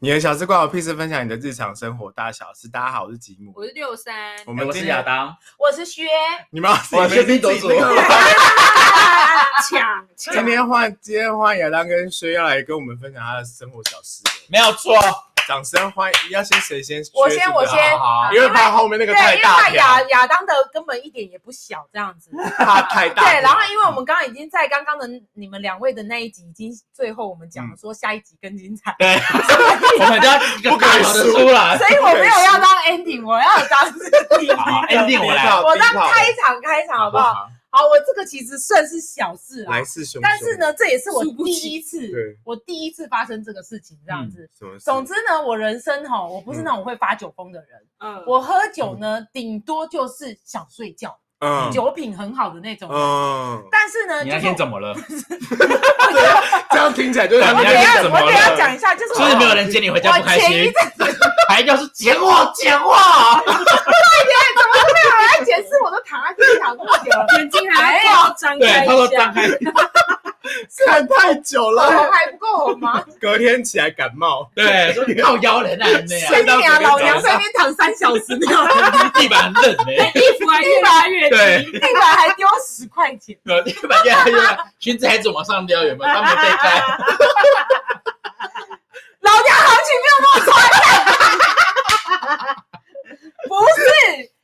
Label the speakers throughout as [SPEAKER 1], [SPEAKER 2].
[SPEAKER 1] 你的小吃怪我屁事，分享你的日常生活大小事。大家好，我是吉姆。
[SPEAKER 2] 我是六三，
[SPEAKER 1] 我
[SPEAKER 3] 哎
[SPEAKER 1] 们
[SPEAKER 3] 我
[SPEAKER 1] 今
[SPEAKER 3] 是
[SPEAKER 1] 天
[SPEAKER 3] 亚，当，
[SPEAKER 2] 我是 薛，
[SPEAKER 1] 你们要自己
[SPEAKER 3] 我
[SPEAKER 1] 自己
[SPEAKER 3] 喧宾夺主
[SPEAKER 1] 那个
[SPEAKER 4] 啊
[SPEAKER 2] 抢抢
[SPEAKER 1] 今天换今天换亚当跟薛要来跟我们分享他的生活小事，
[SPEAKER 3] 没有错。
[SPEAKER 1] 掌声欢迎！要先谁先？
[SPEAKER 4] 我
[SPEAKER 1] 薛
[SPEAKER 4] 先
[SPEAKER 1] 是不
[SPEAKER 4] 我
[SPEAKER 1] 是
[SPEAKER 4] 先
[SPEAKER 1] 好好
[SPEAKER 4] 因
[SPEAKER 1] 因
[SPEAKER 4] 为
[SPEAKER 1] 为怕后面那个
[SPEAKER 4] 对，
[SPEAKER 1] 太
[SPEAKER 4] 因为他
[SPEAKER 1] 大
[SPEAKER 4] 亚
[SPEAKER 1] 条，
[SPEAKER 4] 亚当的根本一点也不小，这样 子。
[SPEAKER 1] 怕太大条。
[SPEAKER 4] 对，然后因为我们刚刚已经在刚刚的你们两位的那一集，已经最后我们讲了说下一集更精彩，
[SPEAKER 3] 对， 我们就要一个大条的出来。
[SPEAKER 4] 所以我没有要当 ending，我要当是第一
[SPEAKER 3] 好
[SPEAKER 4] 个，
[SPEAKER 3] ，ending 我来，
[SPEAKER 4] 我当开场开场好不好？？好，我这个其实算是小事啊
[SPEAKER 1] 来，势汹汹。
[SPEAKER 4] 但是呢，这也是我
[SPEAKER 2] 猝不
[SPEAKER 4] 第
[SPEAKER 2] 及
[SPEAKER 4] 一次
[SPEAKER 1] 对，嗯
[SPEAKER 4] 我第一次发生这个事情这样子。
[SPEAKER 1] 什么事，
[SPEAKER 4] 总之呢，我人生哈，我不是那种会发酒疯的人，
[SPEAKER 2] 嗯，，
[SPEAKER 4] 我喝酒呢，顶多就是想睡觉。
[SPEAKER 1] 嗯
[SPEAKER 4] 酒品很好的那种。
[SPEAKER 1] 嗯，
[SPEAKER 4] 但是呢，
[SPEAKER 3] 你
[SPEAKER 4] 就
[SPEAKER 3] 那
[SPEAKER 4] 是
[SPEAKER 3] 天怎么了？
[SPEAKER 1] 这样听起来就是他
[SPEAKER 4] 我
[SPEAKER 1] 们
[SPEAKER 4] 等
[SPEAKER 3] 你
[SPEAKER 4] 一
[SPEAKER 1] 家
[SPEAKER 3] 那天
[SPEAKER 4] 下
[SPEAKER 3] 怎
[SPEAKER 4] 我
[SPEAKER 3] 么了
[SPEAKER 4] 等一下讲一下，就是
[SPEAKER 3] 是不是没有
[SPEAKER 4] 我
[SPEAKER 3] 人接你回家不开
[SPEAKER 4] 我前一
[SPEAKER 3] 心？ 还要是捡我捡我，
[SPEAKER 4] 在解释，我都躺在地上多久了
[SPEAKER 2] 眼睛还
[SPEAKER 4] 哎
[SPEAKER 2] 要张
[SPEAKER 3] 对
[SPEAKER 2] 开，
[SPEAKER 3] 他说
[SPEAKER 2] 一
[SPEAKER 3] 张
[SPEAKER 2] 下，
[SPEAKER 3] 开，
[SPEAKER 1] 看太久
[SPEAKER 4] 我
[SPEAKER 1] 了，
[SPEAKER 4] 还不够红吗？
[SPEAKER 1] 隔天起来感冒，
[SPEAKER 3] 对，说你靠腰人啊，那
[SPEAKER 4] 随
[SPEAKER 3] 样，
[SPEAKER 4] 便你啊，老娘
[SPEAKER 3] 在
[SPEAKER 4] 在那边躺三小时尿，
[SPEAKER 3] 地板很冷哎，
[SPEAKER 2] 衣服还越 拉越
[SPEAKER 3] 对
[SPEAKER 2] 低，
[SPEAKER 4] 地板还丢十块钱。
[SPEAKER 3] 对，地板越来越冷，裙子还一直往上撩，有没有？他没被 盖，
[SPEAKER 4] 老娘行情没有那么差。不是，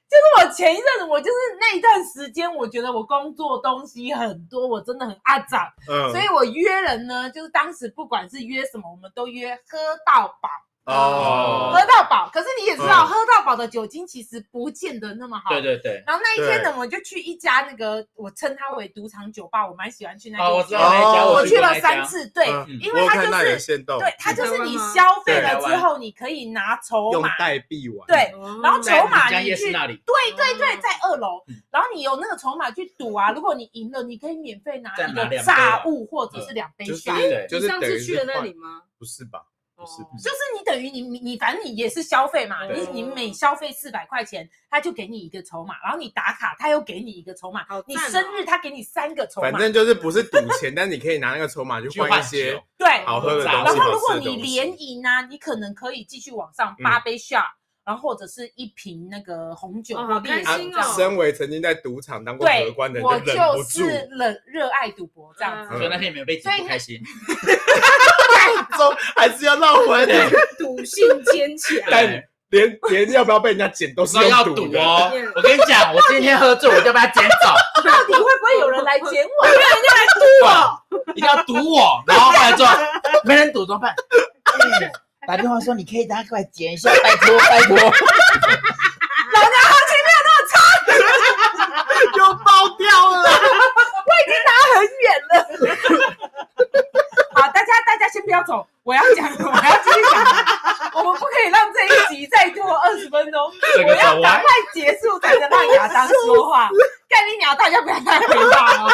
[SPEAKER 4] 就是我前一阵子，我就是那一段时间，我觉得我工作东西很多，我真的很阿长，
[SPEAKER 1] 嗯，
[SPEAKER 4] 所以我约人呢，就是当时不管是约什么，我们都约喝到饱。
[SPEAKER 1] 哦
[SPEAKER 4] 喝，到饱。可是你也知
[SPEAKER 1] 嗯
[SPEAKER 4] 道，喝到饱的酒精其实不见得那么好。
[SPEAKER 3] 对。对对，
[SPEAKER 4] 然后那一天呢，
[SPEAKER 1] 对
[SPEAKER 4] 我们就去一家那个，我称它为赌场酒吧，我蛮喜欢去那
[SPEAKER 3] 哦，我
[SPEAKER 4] 间
[SPEAKER 3] 知
[SPEAKER 4] 酒
[SPEAKER 3] 道
[SPEAKER 4] 吧。
[SPEAKER 3] 那一家，
[SPEAKER 1] 哦
[SPEAKER 4] 我
[SPEAKER 3] 去
[SPEAKER 4] 去
[SPEAKER 3] 过
[SPEAKER 4] 了
[SPEAKER 3] 那一家
[SPEAKER 4] 三，次，对，
[SPEAKER 1] 嗯
[SPEAKER 4] 因
[SPEAKER 1] 我
[SPEAKER 4] 为
[SPEAKER 1] 有
[SPEAKER 4] 它
[SPEAKER 1] 看
[SPEAKER 4] 就
[SPEAKER 1] 到你的
[SPEAKER 4] 是
[SPEAKER 1] 限动，
[SPEAKER 4] 对，它就是
[SPEAKER 2] 台湾
[SPEAKER 4] 你
[SPEAKER 2] 吗
[SPEAKER 4] 消
[SPEAKER 3] 对
[SPEAKER 4] 费了之后，你可以拿筹
[SPEAKER 1] 用
[SPEAKER 4] 码，
[SPEAKER 1] 代币玩，
[SPEAKER 4] 对，嗯然后筹
[SPEAKER 3] 在
[SPEAKER 4] 码
[SPEAKER 3] 江
[SPEAKER 4] 你
[SPEAKER 3] 夜市
[SPEAKER 4] 去，
[SPEAKER 3] 那里，
[SPEAKER 4] 对对对，在二楼
[SPEAKER 3] 嗯，
[SPEAKER 4] 然后你有那个筹码去赌啊，如果你赢了，你可以免费拿
[SPEAKER 3] 再
[SPEAKER 4] 一
[SPEAKER 3] 拿
[SPEAKER 4] 个
[SPEAKER 3] 两杯
[SPEAKER 4] 炸
[SPEAKER 3] 啊
[SPEAKER 4] 物或者是两杯
[SPEAKER 1] 就
[SPEAKER 4] 下
[SPEAKER 3] 哎
[SPEAKER 1] 是 就
[SPEAKER 2] 你
[SPEAKER 1] 是
[SPEAKER 2] 上
[SPEAKER 1] 等于
[SPEAKER 2] 次
[SPEAKER 1] 是
[SPEAKER 2] 去的那
[SPEAKER 1] 换
[SPEAKER 2] 里吗？
[SPEAKER 1] 不是吧？不是
[SPEAKER 2] 哦
[SPEAKER 1] 不是
[SPEAKER 4] 就是你等于你你你反正你也是消费嘛，
[SPEAKER 2] 对
[SPEAKER 4] 你你每消费四百块钱，他就给你一个筹码，然后你打卡他又给你一个筹码
[SPEAKER 2] 好，
[SPEAKER 4] 你
[SPEAKER 2] 赞哦
[SPEAKER 4] 生日他给你三个筹码
[SPEAKER 1] 反，正就是不是赌钱， 但你可以拿那个筹码去换一些
[SPEAKER 3] 酒
[SPEAKER 4] 对。
[SPEAKER 1] 好喝的东
[SPEAKER 3] 然
[SPEAKER 1] 西。
[SPEAKER 4] 然后如
[SPEAKER 1] 好
[SPEAKER 4] 果
[SPEAKER 1] 吃的东
[SPEAKER 4] 你
[SPEAKER 1] 西嗯
[SPEAKER 4] 连赢啊，你可能可以继续往上八杯下，然后或者是一瓶那个红酒
[SPEAKER 2] 哦
[SPEAKER 4] 或
[SPEAKER 2] 好
[SPEAKER 4] 烈酒
[SPEAKER 2] 开心
[SPEAKER 4] 这样
[SPEAKER 1] 啊，
[SPEAKER 2] 哦
[SPEAKER 1] 身为曾经在赌场当过荷
[SPEAKER 4] 对，
[SPEAKER 1] 官的
[SPEAKER 4] 我
[SPEAKER 1] 人，就忍
[SPEAKER 4] 就
[SPEAKER 1] 不住
[SPEAKER 4] 是冷热爱赌博这样
[SPEAKER 2] 嗯
[SPEAKER 4] 子。
[SPEAKER 3] 所以那天没有被挤不开心，
[SPEAKER 1] 中哎还是要绕回来，
[SPEAKER 2] 赌性坚强，
[SPEAKER 1] 但连连要不要被人家捡都是
[SPEAKER 3] 说要
[SPEAKER 1] 赌
[SPEAKER 3] 赌
[SPEAKER 1] 的。
[SPEAKER 3] 哦！我跟你讲，我今天喝醉，我就把它捡走，
[SPEAKER 4] 到底会不会有人来捡我？
[SPEAKER 3] 一定要赌我。然后后来之后没人赌怎么办？
[SPEAKER 1] 嗯
[SPEAKER 5] 打电话说你可以拿过来捡一下，拜托拜托。
[SPEAKER 1] 又爆掉了。
[SPEAKER 4] 很远了。 好，大家大家先不要走，我要讲，我要继续讲。我们不可以让这一集再拖二十分钟，
[SPEAKER 3] 这
[SPEAKER 4] 我
[SPEAKER 3] 个
[SPEAKER 4] 要
[SPEAKER 3] 转
[SPEAKER 4] 赶
[SPEAKER 3] 弯
[SPEAKER 4] 快结束才能让亚当说话。干你鸟，大家不要太回话哦。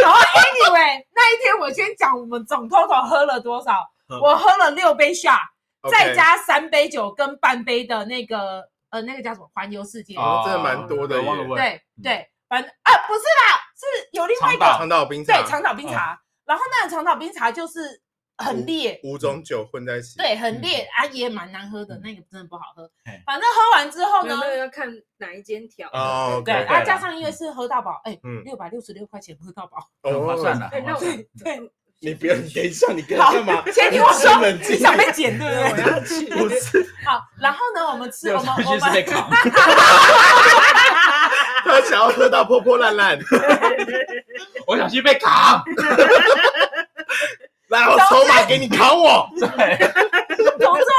[SPEAKER 4] 然后 anyway，那一天我先讲我们总 total 喝了多少，
[SPEAKER 1] 嗯
[SPEAKER 4] 我喝了六杯 shot，再
[SPEAKER 1] OK，
[SPEAKER 4] 加三杯酒跟半杯的那个呃那个叫什么环游世界，
[SPEAKER 1] 哦，这蛮多的耶。
[SPEAKER 3] 忘了问。
[SPEAKER 4] 对对，反正啊不是啦，是有另外一个
[SPEAKER 3] 长岛
[SPEAKER 1] 长岛冰
[SPEAKER 4] 对，
[SPEAKER 1] 茶，
[SPEAKER 4] 长岛冰茶。然后那个长岛冰茶就是很烈，
[SPEAKER 1] 五种酒混在一起。
[SPEAKER 4] 对，很烈、啊，也蛮难喝的，那个真的不好喝
[SPEAKER 3] 哎。
[SPEAKER 4] 反正喝完之后
[SPEAKER 2] 没
[SPEAKER 4] 呢
[SPEAKER 2] 有，那个要看哪一间调。
[SPEAKER 1] 哦，OK，
[SPEAKER 4] 对，
[SPEAKER 3] 对
[SPEAKER 4] 啊，
[SPEAKER 3] 啦
[SPEAKER 4] 加上因为是喝到饱，哎
[SPEAKER 1] 嗯，
[SPEAKER 4] 六百六十六块钱喝到饱。
[SPEAKER 1] 哦
[SPEAKER 3] 很划哦算的，
[SPEAKER 2] 对，那我
[SPEAKER 3] 很划算
[SPEAKER 4] 对，
[SPEAKER 1] 你不要，你等一下，你跟他干 嘛？
[SPEAKER 4] 先听我说
[SPEAKER 1] 你先冷，静
[SPEAKER 4] 你想被剪对不对？
[SPEAKER 1] 不是，
[SPEAKER 4] 好，然后呢，我们吃，我们
[SPEAKER 3] 必
[SPEAKER 4] 我
[SPEAKER 3] 须是被
[SPEAKER 4] 们
[SPEAKER 3] 扛。
[SPEAKER 1] 他想要喝到破破烂 烂。
[SPEAKER 3] 我想去被扛。
[SPEAKER 1] 来，我筹码给你扛我。
[SPEAKER 4] 总之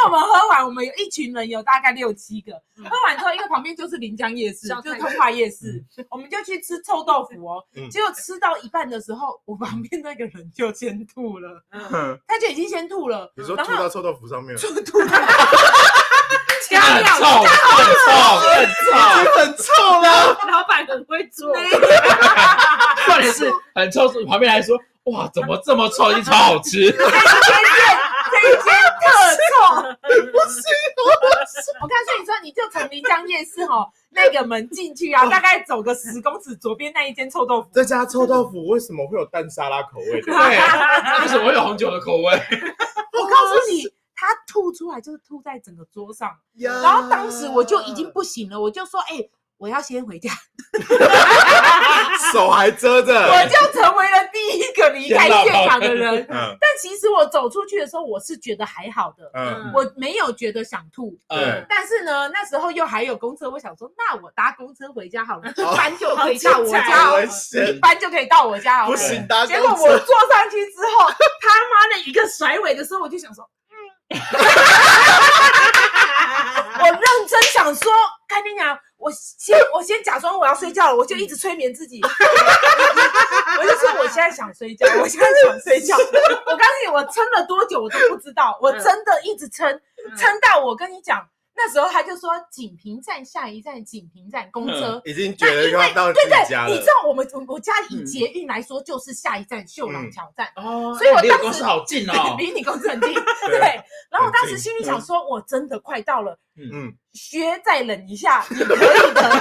[SPEAKER 4] 我们喝完，我们有一群人，有大概六七个。喝完之后，因为旁边就是临江夜市，
[SPEAKER 2] 嗯小
[SPEAKER 4] 就是
[SPEAKER 2] 菜
[SPEAKER 4] 通化夜市，我们就去吃臭豆腐哦
[SPEAKER 1] 嗯。
[SPEAKER 4] 结果吃到一半的时候，我旁边那个人就先吐了。
[SPEAKER 2] 嗯
[SPEAKER 4] 他就已经先吐了，
[SPEAKER 1] 你说
[SPEAKER 4] 然
[SPEAKER 1] 吐
[SPEAKER 4] 后
[SPEAKER 1] 到臭豆腐上面，
[SPEAKER 4] 就吐了，加
[SPEAKER 3] 很
[SPEAKER 4] 料
[SPEAKER 3] 臭，很臭，很臭。
[SPEAKER 1] 很臭
[SPEAKER 4] 啊
[SPEAKER 1] 啦。
[SPEAKER 2] 老板很会做，
[SPEAKER 3] 重点是很臭，是旁边来说，哇，怎么这么臭？一超好吃。
[SPEAKER 4] 这一间这一间特臭， 我告诉你说，你就从漓江夜市吼那个门进去啊，大概走个十公尺，左边那一间臭 豆腐。
[SPEAKER 1] 这家臭豆腐为什么会有蛋沙拉口味的？
[SPEAKER 3] 对，为什么会有红酒的口味？
[SPEAKER 4] 我告诉你，他吐出来就是吐在整个桌上。
[SPEAKER 1] 然
[SPEAKER 4] 然后当时我就已经不行了，我就说，哎、我要先回 家，
[SPEAKER 1] 手还遮着，。
[SPEAKER 4] 我就成为了第一个离开现场的人
[SPEAKER 1] 嗯
[SPEAKER 4] 但其实我走出去的时候，我是觉得还好的，
[SPEAKER 1] 嗯，
[SPEAKER 4] 我没有觉得想吐。
[SPEAKER 3] 嗯
[SPEAKER 1] 对，
[SPEAKER 4] 但是呢，那时候又还有公车，我想说，那我搭公车回家好了，一
[SPEAKER 1] 哦
[SPEAKER 4] 班就可以到我家
[SPEAKER 1] 好
[SPEAKER 4] 哦，
[SPEAKER 1] 危险
[SPEAKER 4] 一班就可以到我家好
[SPEAKER 1] 不
[SPEAKER 4] 了。
[SPEAKER 1] 行，搭
[SPEAKER 4] 结果我
[SPEAKER 1] 公车
[SPEAKER 4] 坐上去之后，他妈的一个甩尾的时候，我就想说，嗯， 我认真想说，跟你讲，我先我先假装我要睡觉了，我就一直催眠自己， 我就说我现在想睡觉，我现在想睡觉。我告诉你，我撑了多久我都不知道，我真的一直撑，
[SPEAKER 2] 嗯
[SPEAKER 4] 撑到我跟你讲，那时候他就说锦屏站下一站，锦屏站公车。
[SPEAKER 1] 已经觉
[SPEAKER 4] 那因
[SPEAKER 1] 得
[SPEAKER 4] 为
[SPEAKER 1] 快到自
[SPEAKER 4] 对
[SPEAKER 1] 己家
[SPEAKER 4] 对，你
[SPEAKER 1] 了
[SPEAKER 4] 知。道我们我我家以捷运来说，就是下一站秀
[SPEAKER 1] 嗯
[SPEAKER 4] 朗桥站，
[SPEAKER 3] 哦
[SPEAKER 4] 所以我
[SPEAKER 3] 离我
[SPEAKER 4] 当
[SPEAKER 3] 公
[SPEAKER 4] 时。
[SPEAKER 3] 司好 近哦
[SPEAKER 4] 离你公司很近。
[SPEAKER 1] 对
[SPEAKER 4] 对，然后我当
[SPEAKER 1] 很近
[SPEAKER 4] 时心里想说，我真的快到了，
[SPEAKER 1] 嗯，
[SPEAKER 4] 薛再忍一 下，你可以的。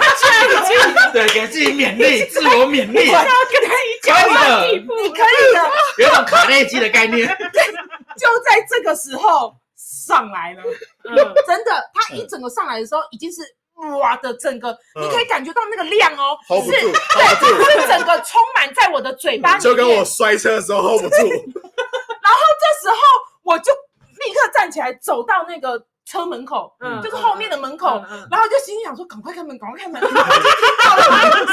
[SPEAKER 3] 对，给自己勉励，自我勉励，
[SPEAKER 1] 啊
[SPEAKER 4] 跟他一
[SPEAKER 3] 可以的，
[SPEAKER 4] 你可以的。
[SPEAKER 3] 有一种卡内基的概念。
[SPEAKER 4] 就在这个时候上来了，真的，他一整个上来的时候已经是。哇的整个，
[SPEAKER 1] 嗯
[SPEAKER 4] 你可以感觉到那个量哦，
[SPEAKER 1] ，hold 不
[SPEAKER 4] 是，
[SPEAKER 1] 住
[SPEAKER 4] 对，
[SPEAKER 1] ，hold 不住，
[SPEAKER 4] 它是整个充满在我的嘴巴里面。
[SPEAKER 1] 就跟我摔车的时候 hold 不 住，
[SPEAKER 4] 这时候我就立刻站起来走到那个车门口，
[SPEAKER 2] 嗯
[SPEAKER 4] 就是后面的门口，
[SPEAKER 2] 嗯嗯
[SPEAKER 4] 然后就心里想说赶快开门，赶快开门，我就听到了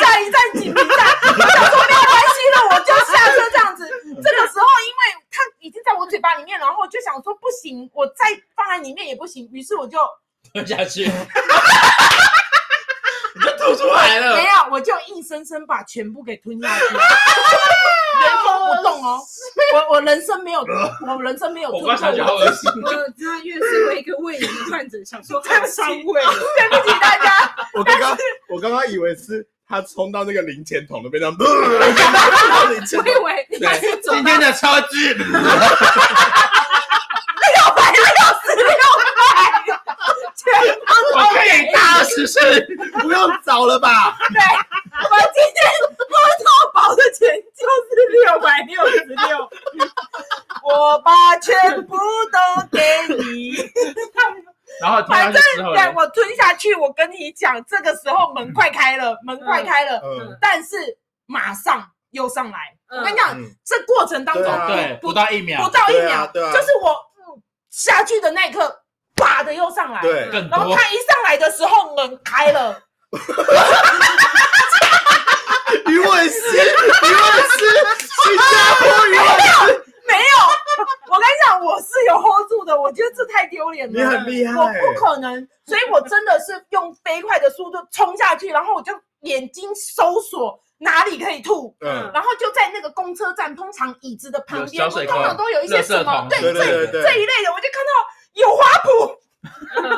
[SPEAKER 4] 下一站锦屏站，我想说没有关系了，我就下车这样子。这个时候因为它已经在我嘴巴里面，然后我就想说不行，我再放在里面也不行，于是我就
[SPEAKER 3] 吞下去， 你就吐出来了
[SPEAKER 4] 没。有，我就硬生生把全部给吞下去，原封不动哦。我我人生没有，我人生没有
[SPEAKER 3] 我
[SPEAKER 4] 吞
[SPEAKER 3] 刚
[SPEAKER 4] 过
[SPEAKER 3] 想起好
[SPEAKER 4] 我
[SPEAKER 3] 恶心，
[SPEAKER 2] 我他越是为一个胃炎的患者，想说太伤 胃了，
[SPEAKER 4] 对不起大家。
[SPEAKER 1] 我刚刚我刚刚以为是他冲到那个零钱桶那边，这样，冲 到 零钱
[SPEAKER 4] 我
[SPEAKER 1] 桶
[SPEAKER 4] 以为 你还是走
[SPEAKER 3] 今天的超支，
[SPEAKER 4] 六百六十六块，全部
[SPEAKER 3] 我可以大二十岁，
[SPEAKER 1] 不用找了 吧？
[SPEAKER 4] 对。我今天喝到饱的钱就是六百六十六，我把全部都给你。
[SPEAKER 3] 然后吞下
[SPEAKER 4] 反
[SPEAKER 3] 去
[SPEAKER 4] 正
[SPEAKER 3] 之后呢，
[SPEAKER 4] 对我吞下去，我跟你讲，这个时候门快开了，门快开了，
[SPEAKER 1] 嗯
[SPEAKER 4] 但是马上又上来。
[SPEAKER 2] 嗯
[SPEAKER 4] 我跟你讲，
[SPEAKER 1] 嗯，
[SPEAKER 4] 这过程当中
[SPEAKER 1] 对啊
[SPEAKER 3] 哦对
[SPEAKER 4] 不
[SPEAKER 3] 不到一
[SPEAKER 4] 不
[SPEAKER 3] 秒，
[SPEAKER 4] 到一
[SPEAKER 1] 对
[SPEAKER 4] 秒
[SPEAKER 1] 啊，对啊
[SPEAKER 4] 就是我嗯下去的那一刻，啪的又上来。
[SPEAKER 1] 对，
[SPEAKER 3] 更
[SPEAKER 4] 然后
[SPEAKER 3] 多
[SPEAKER 4] 他一上来的时候门开 了，
[SPEAKER 1] 余伟师，余伟 师，新加坡余伟师，
[SPEAKER 4] 没有。 我跟你讲，我是有 hold 住的，我觉得这太丢脸
[SPEAKER 1] 你
[SPEAKER 4] 了，
[SPEAKER 1] 很厉害，
[SPEAKER 4] 我不可能，所以我真的是用飞快的速度冲下去，然后我就眼睛搜索哪里可以吐。
[SPEAKER 1] 嗯，
[SPEAKER 4] 然后就在那个公车站，通常椅子的旁
[SPEAKER 3] 有
[SPEAKER 4] 边，
[SPEAKER 3] 小
[SPEAKER 4] 不
[SPEAKER 3] 水
[SPEAKER 4] 是
[SPEAKER 3] 沟
[SPEAKER 4] 通常都有一些
[SPEAKER 3] 垃圾
[SPEAKER 4] 什么
[SPEAKER 3] 桶
[SPEAKER 4] 对
[SPEAKER 1] 对对
[SPEAKER 4] 这
[SPEAKER 1] 对对，
[SPEAKER 4] 这一类的，我就看到有花圃，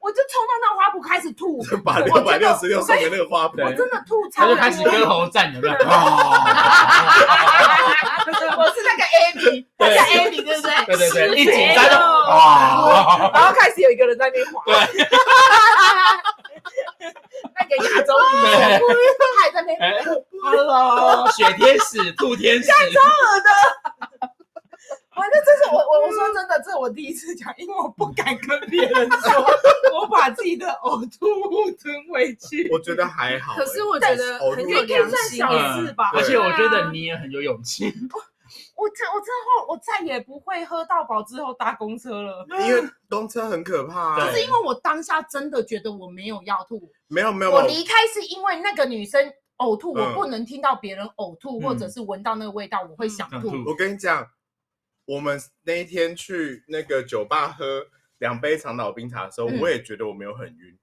[SPEAKER 4] 我就冲到那花圃开始 吐，
[SPEAKER 1] 把六百六十六送给那个花圃，
[SPEAKER 4] 我真的吐
[SPEAKER 3] 他
[SPEAKER 4] 超
[SPEAKER 3] 就
[SPEAKER 4] 多。
[SPEAKER 3] 开始跟猴战，有没有？
[SPEAKER 1] 啊
[SPEAKER 3] 哦
[SPEAKER 4] 我是那个 Amy，那
[SPEAKER 3] 对
[SPEAKER 4] 个 Amy 对不对？哦
[SPEAKER 3] 对对对，一紧
[SPEAKER 4] 没
[SPEAKER 3] 张就
[SPEAKER 4] 有
[SPEAKER 3] 哇，
[SPEAKER 4] 然后开始有一个人在那边滑，
[SPEAKER 3] 对
[SPEAKER 4] 那个亚洲女生
[SPEAKER 3] 对，
[SPEAKER 4] 她还在那边
[SPEAKER 3] 哎哦
[SPEAKER 4] Hello，
[SPEAKER 3] 雪天使、兔天使，
[SPEAKER 4] 我那这是我我我说真的，这是我第一次讲，因为我不敢跟别人说，我把自己的呕吐物吞回去，
[SPEAKER 1] 我觉得还好欸，
[SPEAKER 2] 可是我觉得很有
[SPEAKER 4] 也可
[SPEAKER 2] 良
[SPEAKER 4] 以算
[SPEAKER 2] 心哦
[SPEAKER 4] 小。事吧。
[SPEAKER 3] 嗯而且我觉得你也很有勇气，
[SPEAKER 4] 我这我之后我再也不会喝到饱之后搭公车了，
[SPEAKER 1] 因为公车很可怕啊，
[SPEAKER 3] 对
[SPEAKER 4] 就是因为我当下真的觉得我没有要吐，
[SPEAKER 1] 没有没有
[SPEAKER 4] 我
[SPEAKER 1] 没有，
[SPEAKER 4] 离开是因为那个女生呕吐，
[SPEAKER 1] 嗯
[SPEAKER 4] 我不能听到别人呕
[SPEAKER 3] 嗯
[SPEAKER 4] 吐，或者是闻到那个味道，我会想
[SPEAKER 3] 想
[SPEAKER 4] 吐。
[SPEAKER 3] 吐
[SPEAKER 1] 我跟你讲，我们那一天去那个酒吧喝两杯长岛冰茶的时候，
[SPEAKER 4] 嗯
[SPEAKER 1] 我也觉得我没有很晕，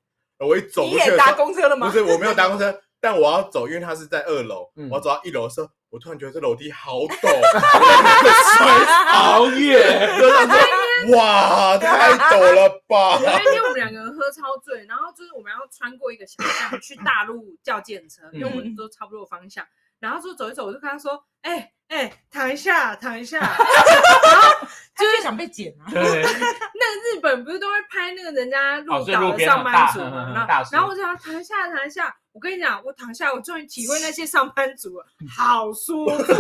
[SPEAKER 1] 我一走
[SPEAKER 4] 你
[SPEAKER 1] 过去
[SPEAKER 4] 也
[SPEAKER 1] 的
[SPEAKER 4] 搭
[SPEAKER 1] 时候，
[SPEAKER 4] 公车了
[SPEAKER 1] 不
[SPEAKER 4] 吗？
[SPEAKER 1] 是我没有搭公车， 但我要走，因为它是在二楼，
[SPEAKER 3] 嗯
[SPEAKER 1] 我要走到一楼的时候，我突然觉得这楼梯好陡，我
[SPEAKER 3] 熬夜，
[SPEAKER 1] 就想说哇，太陡了吧
[SPEAKER 2] 有！一天我们两个人喝超醉，
[SPEAKER 3] 嗯
[SPEAKER 2] 然后就是我们要穿过一个小巷去大陆叫建车，因为我们都差不多方向。然后就走一走，我就跟他说，哎、哎、躺一下，躺一下。 然后
[SPEAKER 4] 就是想被剪啊。
[SPEAKER 2] 那
[SPEAKER 3] 对，
[SPEAKER 2] 个日本不是都会拍那个人家
[SPEAKER 3] 哦
[SPEAKER 2] 鹿
[SPEAKER 3] 所以路
[SPEAKER 2] 岛的
[SPEAKER 3] 边那
[SPEAKER 2] 上
[SPEAKER 3] 种
[SPEAKER 2] 班
[SPEAKER 3] 大
[SPEAKER 2] 族嘛？
[SPEAKER 3] 嗯嗯
[SPEAKER 2] 然
[SPEAKER 3] 大
[SPEAKER 2] 后
[SPEAKER 3] 叔
[SPEAKER 2] 然后我就想躺一下，躺一下。我跟你讲，我躺下，我终于体会那些上班族了，
[SPEAKER 3] 嗯
[SPEAKER 2] 好舒服，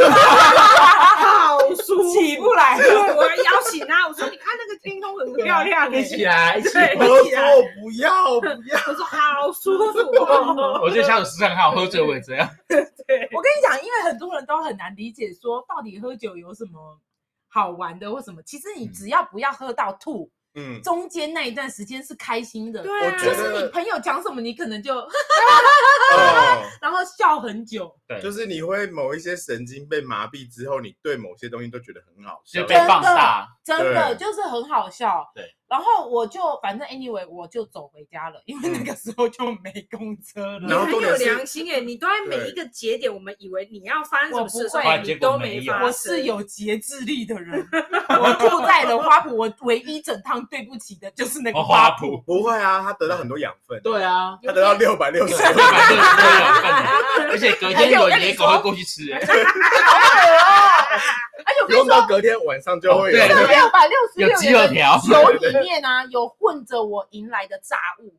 [SPEAKER 2] 好舒 服。
[SPEAKER 4] 起不来
[SPEAKER 2] 对，我还摇醒他，我说你看那个天空很漂亮、 欸，
[SPEAKER 3] 一起来，一起。
[SPEAKER 2] 对，
[SPEAKER 1] 我
[SPEAKER 2] 一起来
[SPEAKER 1] 说我不 要不要，
[SPEAKER 2] 我说好舒服 哦，
[SPEAKER 3] 我觉得小酒是很好，喝醉我也这样。
[SPEAKER 2] 对，
[SPEAKER 4] 我跟你讲，因为很多人都很难理解说到底喝酒有什么好玩的或什么。其实你
[SPEAKER 3] 嗯
[SPEAKER 4] 只要不要喝到吐，
[SPEAKER 1] 嗯，
[SPEAKER 4] 中间那一段时间是开心的。
[SPEAKER 2] 对啊，
[SPEAKER 1] 我
[SPEAKER 4] 就
[SPEAKER 1] 觉得
[SPEAKER 4] 是你朋友讲什么，你可能就
[SPEAKER 1] 哦
[SPEAKER 4] 然后笑很久。
[SPEAKER 1] 就是你会某一些神经被麻痹之后，你对某些东西都觉得很好笑
[SPEAKER 3] 就。被放大，
[SPEAKER 4] 真的
[SPEAKER 1] 对
[SPEAKER 4] 就是很好笑。
[SPEAKER 3] 对，
[SPEAKER 4] 然后我就反正 anyway 我就走回家了，因为那个时候就没公车
[SPEAKER 2] 你
[SPEAKER 1] 嗯然
[SPEAKER 4] 了。
[SPEAKER 1] 后
[SPEAKER 2] 很
[SPEAKER 1] 重
[SPEAKER 2] 有
[SPEAKER 1] 点是
[SPEAKER 2] 良心哎、你都在每一个节点，我们以为你要发生什么事的时
[SPEAKER 4] 我不
[SPEAKER 2] 候，
[SPEAKER 4] 会
[SPEAKER 2] 你都没发生。
[SPEAKER 4] 我是有节制力的人， 我住在了花圃，我唯一整趟对不起的就是那个
[SPEAKER 3] 哦，
[SPEAKER 4] 花
[SPEAKER 3] 花
[SPEAKER 4] 圃。
[SPEAKER 3] 圃。
[SPEAKER 1] 不会啊，他得到很多养分，
[SPEAKER 3] 对 啊，
[SPEAKER 1] 他得到六百六十
[SPEAKER 3] 对，反正都有份的而且隔天有野狗会过去吃，哎
[SPEAKER 4] 而且我跟你
[SPEAKER 1] 用到
[SPEAKER 4] 说，
[SPEAKER 1] 隔天晚上就会有。
[SPEAKER 3] 哦对
[SPEAKER 4] 这六百六十
[SPEAKER 3] 有
[SPEAKER 4] 六
[SPEAKER 3] 鸡肉
[SPEAKER 4] 元的
[SPEAKER 3] 条。
[SPEAKER 4] 酒里面呢、有混着我迎来的炸物，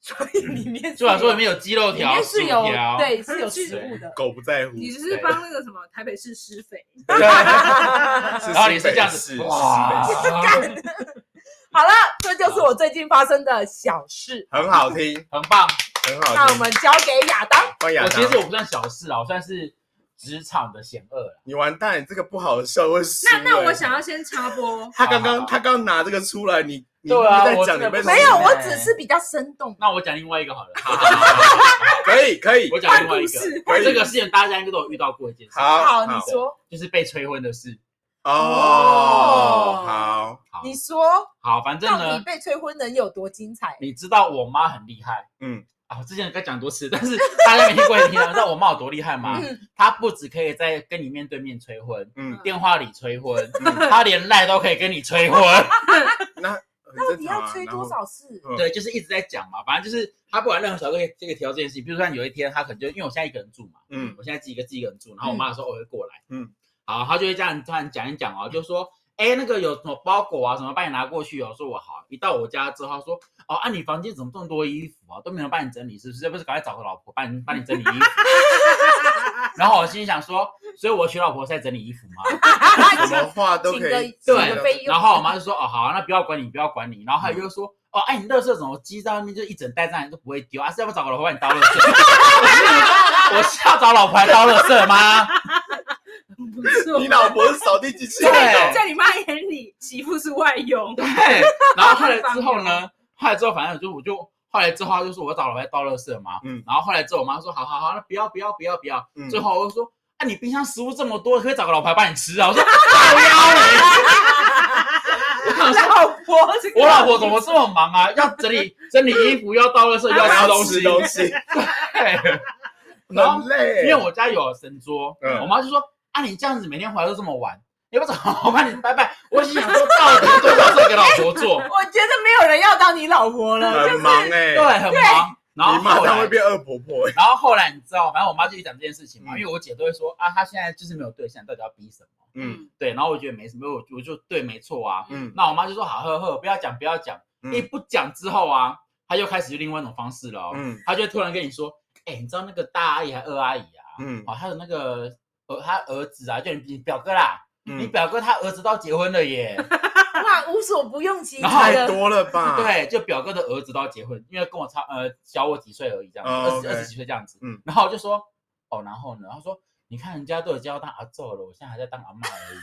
[SPEAKER 4] 所以里面是
[SPEAKER 3] 虽然说里
[SPEAKER 4] 有
[SPEAKER 3] 面有鸡肉
[SPEAKER 4] 里
[SPEAKER 3] 条、
[SPEAKER 4] 面
[SPEAKER 3] 薯
[SPEAKER 4] 是有
[SPEAKER 3] 条，
[SPEAKER 4] 对是有食物的。
[SPEAKER 1] 狗不在乎，
[SPEAKER 2] 你就是帮那个什么台北市施肥，
[SPEAKER 1] 对
[SPEAKER 3] 然后哦你是这样
[SPEAKER 1] 是
[SPEAKER 3] 子，
[SPEAKER 1] 是
[SPEAKER 3] 哇，
[SPEAKER 4] 好了，这就是我最近发生的小事。
[SPEAKER 1] 很好听，
[SPEAKER 3] 很棒。
[SPEAKER 1] 很
[SPEAKER 4] 那
[SPEAKER 1] 好
[SPEAKER 4] 我
[SPEAKER 1] 听。
[SPEAKER 4] 们交给亚当。
[SPEAKER 1] 欢迎亚
[SPEAKER 3] 我
[SPEAKER 1] 当
[SPEAKER 3] 其实我不算小事啊，我算是职场的险恶啦。
[SPEAKER 1] 你完蛋，你这个不好笑会死。
[SPEAKER 2] 那那我，想要先插 播，
[SPEAKER 1] 他刚
[SPEAKER 3] 好好
[SPEAKER 1] 刚
[SPEAKER 3] 好
[SPEAKER 1] 他刚拿这个出来，你你
[SPEAKER 3] 对啊
[SPEAKER 1] 在
[SPEAKER 3] 我
[SPEAKER 1] 讲
[SPEAKER 3] 真的
[SPEAKER 1] 你被
[SPEAKER 3] 不
[SPEAKER 4] 没有，
[SPEAKER 3] 对
[SPEAKER 4] 我只是比较生动。
[SPEAKER 3] 那我讲另外一个好 了，
[SPEAKER 1] 可以可以，
[SPEAKER 3] 我讲另外一个
[SPEAKER 2] 换故事，
[SPEAKER 1] 换故事
[SPEAKER 3] 这个事情大家应该都有遇到过一件事，
[SPEAKER 1] 好，
[SPEAKER 4] 你说，
[SPEAKER 3] 就是被催婚的事。
[SPEAKER 1] 哦，好，
[SPEAKER 3] 好，
[SPEAKER 4] 你说，
[SPEAKER 3] 好，反正
[SPEAKER 4] 到底
[SPEAKER 3] 呢，
[SPEAKER 4] 被催婚能有多精彩？
[SPEAKER 3] 你知道我妈很厉害，
[SPEAKER 1] 嗯，
[SPEAKER 3] 啊，我之前跟她讲很多次，但是大家没听过也听啊了，知道我妈有多厉害吗？
[SPEAKER 4] 嗯，
[SPEAKER 3] 她不只可以在跟你面对面催婚，
[SPEAKER 1] 嗯，
[SPEAKER 3] 电话里催婚，
[SPEAKER 4] 嗯
[SPEAKER 3] 她连赖都可以跟你催婚。
[SPEAKER 1] 那
[SPEAKER 4] 到
[SPEAKER 1] 很正常
[SPEAKER 4] 底要
[SPEAKER 1] 啊。
[SPEAKER 4] 催
[SPEAKER 1] 然后
[SPEAKER 4] 多少次？
[SPEAKER 1] 嗯
[SPEAKER 3] 对，就是一直在讲嘛，反正就是她不管任何小事，可以这个提到这件事情。比如说像有一天，她可能就因为我现在一个人住嘛，
[SPEAKER 1] 嗯
[SPEAKER 3] 我现在自己一个自己一个人住，然后我妈说我会过来，嗯
[SPEAKER 1] 嗯，
[SPEAKER 3] 好，她就会这样突然讲一讲哦，就说，哎，那个有什么包裹啊，什么帮你拿过去哦，说我好，一到我家之后她说，哦，啊你房间怎么这么多衣服啊，都没人帮你整理是不是？要不是赶快找个老婆帮你帮你整理衣服？ 然后我心里想说，所以我娶老婆是在整理衣服吗？
[SPEAKER 1] 什么话都
[SPEAKER 4] 请
[SPEAKER 1] 可
[SPEAKER 4] 个
[SPEAKER 1] 以
[SPEAKER 4] 请，
[SPEAKER 3] 对
[SPEAKER 4] 个费
[SPEAKER 2] 哎
[SPEAKER 4] 用。
[SPEAKER 3] 然后我妈就说：“哦，好、啊，那不要管你，不要管你。”然后还有就说：“哦，哎，你垃圾怎么积在外面，就一整袋这样都不会丢啊？是要不要找个老婆帮你倒垃圾？” 我是要找老婆来倒垃圾吗？
[SPEAKER 2] 不错
[SPEAKER 1] 你老婆是扫地机器人
[SPEAKER 2] 在
[SPEAKER 1] 哦，
[SPEAKER 2] 在你妈眼里，媳妇是外佣。
[SPEAKER 3] 对。然后后来之后呢？后来之后，反正我就我就后来之后，她就说我找老婆来倒垃圾嘛。
[SPEAKER 1] 嗯
[SPEAKER 3] 然后后来之后，我妈说：“好好好，那不要不要不要不要。
[SPEAKER 1] 嗯
[SPEAKER 3] 最后我就说：“啊，你冰箱食物这么多，可以找个老婆来帮你吃啊。”我说：“靠腰嘞！”我想说
[SPEAKER 4] 老婆，
[SPEAKER 3] 我老婆怎么这么忙啊？要整理整理衣服，要倒垃圾，又
[SPEAKER 1] 还
[SPEAKER 3] 要
[SPEAKER 1] 要
[SPEAKER 3] 吃东
[SPEAKER 1] 吃 东
[SPEAKER 3] 西。
[SPEAKER 1] 西，
[SPEAKER 3] 对，然后
[SPEAKER 1] 很累。
[SPEAKER 3] 因为我家有神桌，
[SPEAKER 1] 嗯
[SPEAKER 3] 我妈就说：“啊，你这样子每天回来都这么晚，你要不找我帮你拜拜？”我心想说，到底多少事给老婆 做？
[SPEAKER 4] 我觉得没有人要当你老婆了。
[SPEAKER 1] 很忙哎，
[SPEAKER 3] 对，很忙。然后
[SPEAKER 1] 你马
[SPEAKER 3] 后
[SPEAKER 1] 上会
[SPEAKER 3] 来，
[SPEAKER 1] 变恶婆婆欸。
[SPEAKER 3] 然后后来你知道，反正我妈就一直讲这件事情嘛，
[SPEAKER 1] 嗯
[SPEAKER 3] 因为我姐都会说：“啊，她现在就是没有对象，到底要逼什么
[SPEAKER 1] 嗯？”
[SPEAKER 3] 对，然后我觉得没什么，我我就对，没错啊。
[SPEAKER 1] 嗯
[SPEAKER 3] 那我妈就说：“好，呵呵，不要讲，不要讲。”
[SPEAKER 1] 嗯
[SPEAKER 3] 一不讲之后啊，她就开始另外一种方式了哦。
[SPEAKER 1] 嗯
[SPEAKER 3] 他就会突然跟你说：“哎、你知道那个大阿姨还二阿姨啊？
[SPEAKER 1] 嗯
[SPEAKER 3] 哦，还有那个呃，他儿子啊，就你你表哥啦，你
[SPEAKER 1] 嗯，
[SPEAKER 3] 表哥他儿子都要结婚了耶。
[SPEAKER 4] 哇，无所不用其
[SPEAKER 3] 然后
[SPEAKER 4] 极
[SPEAKER 1] 太
[SPEAKER 4] 的。
[SPEAKER 1] 多了吧？，
[SPEAKER 3] 对，就表哥的儿子都要结婚，因为跟我差呃小我几岁而已，这样
[SPEAKER 1] 哦
[SPEAKER 3] 二十
[SPEAKER 1] OK
[SPEAKER 3] 二十几岁这样子。
[SPEAKER 1] 嗯
[SPEAKER 3] 然后我就说：哦，然后呢？他说：你看人家都已经要当阿昼了，我现在还在当阿嬷而已。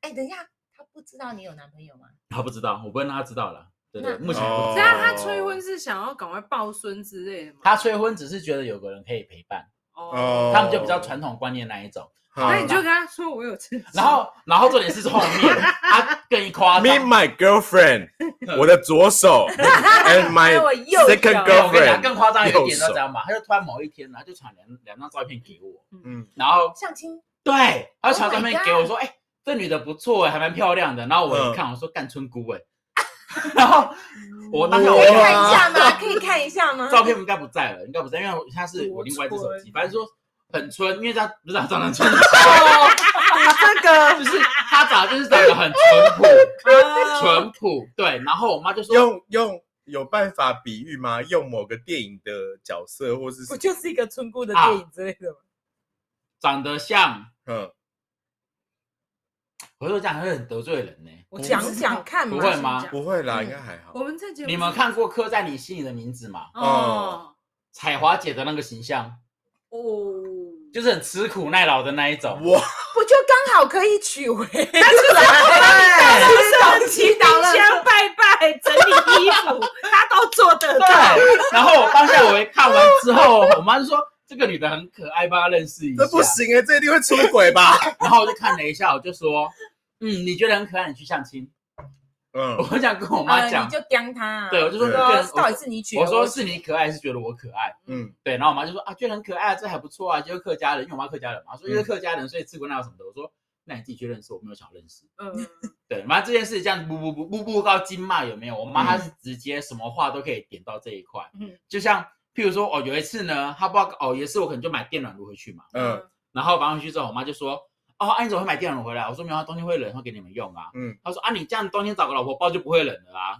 [SPEAKER 4] 哎，等一下，他不知道你有男朋友吗？
[SPEAKER 3] 他不知道，我不会让他知道了。对对，
[SPEAKER 4] 那
[SPEAKER 3] 目前不
[SPEAKER 1] 哦
[SPEAKER 3] 知
[SPEAKER 2] 这
[SPEAKER 3] 道。
[SPEAKER 2] 样他啊催婚是想要赶快抱孙之类的吗？
[SPEAKER 3] 他催婚只是觉得有个人可以陪伴，
[SPEAKER 2] 哦，
[SPEAKER 1] 哦，
[SPEAKER 3] 他们就比较传统观念那一种。
[SPEAKER 1] 好。
[SPEAKER 2] 那你就跟他说我有吃鸡，
[SPEAKER 3] 啊然后，然后重点是后 面他更夸
[SPEAKER 1] Meet
[SPEAKER 3] 张，
[SPEAKER 1] my girlfriend，我的左手，and
[SPEAKER 4] 还
[SPEAKER 1] my
[SPEAKER 4] 有
[SPEAKER 3] 哎
[SPEAKER 4] 哎我右
[SPEAKER 1] second
[SPEAKER 4] 脚。
[SPEAKER 3] 我跟你讲，
[SPEAKER 1] girlfriend
[SPEAKER 3] 更夸张一个点，
[SPEAKER 1] 右
[SPEAKER 3] 你
[SPEAKER 1] 手
[SPEAKER 3] 知道吗？他就突然某一天呢，他就传两两张照片给我，
[SPEAKER 1] 嗯，
[SPEAKER 3] 然后
[SPEAKER 4] 相亲
[SPEAKER 3] 对，他就传
[SPEAKER 4] Oh my
[SPEAKER 3] 照片给我说，哎、这女的不错哎、还蛮漂亮的。然后我一看，我说干村姑哎、 然后我当下
[SPEAKER 4] 可
[SPEAKER 3] 我
[SPEAKER 4] 以
[SPEAKER 1] 哇
[SPEAKER 3] 就
[SPEAKER 4] 看一下吗？可以看一下吗？
[SPEAKER 3] 照片应该不在了，应该不在，因为他是我另外一只手机，反正说很春，因为他不是长 得很春，
[SPEAKER 4] 哦，你这
[SPEAKER 3] 就
[SPEAKER 4] 个
[SPEAKER 3] 是他长得就是长得很淳 朴，
[SPEAKER 4] 呃
[SPEAKER 3] 淳朴。对，然后我妈就说，
[SPEAKER 1] 用用有办法比喻吗？用某个电影的角色或是什
[SPEAKER 4] 不
[SPEAKER 1] 么
[SPEAKER 4] 就是一个村姑
[SPEAKER 3] 啊
[SPEAKER 4] 的电影之类的吗？
[SPEAKER 3] 长得像，
[SPEAKER 1] 嗯，
[SPEAKER 3] 我就讲会很得罪人呢、
[SPEAKER 4] 我讲讲看嘛，
[SPEAKER 3] 不会吗
[SPEAKER 4] 讲讲
[SPEAKER 1] 不会啦，
[SPEAKER 4] 嗯
[SPEAKER 1] 应该还好
[SPEAKER 2] 我。们这节目
[SPEAKER 3] 你们看过《刻在你心里的名字》吗？
[SPEAKER 2] 哦
[SPEAKER 3] 彩华姐的那个形象，
[SPEAKER 2] 哦，
[SPEAKER 3] 就是很吃苦耐劳的那一种。
[SPEAKER 1] 哇，
[SPEAKER 4] 不就刚好可以取回？但是
[SPEAKER 2] 对，
[SPEAKER 4] 祈
[SPEAKER 2] 祈
[SPEAKER 4] 祷
[SPEAKER 2] 祷
[SPEAKER 4] 了
[SPEAKER 2] 了，拜拜，整理衣服，他都做得到。
[SPEAKER 3] 对，然后我当下我一看完之后，我妈就说这个女的很可爱，帮她认识一下
[SPEAKER 1] 这。不行哎，这一定会出轨 吧？
[SPEAKER 3] 然后我就看了一下，我就说，嗯，你觉得很可爱，你去相亲。
[SPEAKER 1] 嗯，
[SPEAKER 3] 我想跟我妈
[SPEAKER 4] 呃，
[SPEAKER 3] 讲
[SPEAKER 4] 你，就刁他，
[SPEAKER 3] 对，我就说
[SPEAKER 1] 对啊
[SPEAKER 3] 你觉得
[SPEAKER 4] 说
[SPEAKER 3] 很
[SPEAKER 4] 到底是你取，
[SPEAKER 3] 我说是你可爱，是觉得我可爱。
[SPEAKER 1] 嗯，
[SPEAKER 3] 对，然后我妈就说啊，觉得很可爱，这还不错啊，就是客家人，因为我妈客家人嘛，说因为
[SPEAKER 1] 嗯
[SPEAKER 3] 客家人，所以吃过那有什么的。我说那你自己去认识，我没有想认识。
[SPEAKER 2] 嗯，
[SPEAKER 3] 对，妈这件事这样不不不不不到金骂有没有？我妈她是直接什么话都可以点到这一块，
[SPEAKER 4] 嗯
[SPEAKER 3] 就像譬如说哦，有一次呢，她不知道哦，有一次我可能就买电暖炉回去嘛，
[SPEAKER 1] 嗯
[SPEAKER 3] 然后买回去之后，我妈就说哦，啊你怎么会买电暖炉回来？我说没有啊，冬天会冷，会给你们用啊。
[SPEAKER 1] 嗯，
[SPEAKER 3] 她说啊，你这样冬天找个老婆抱就不会冷了啊。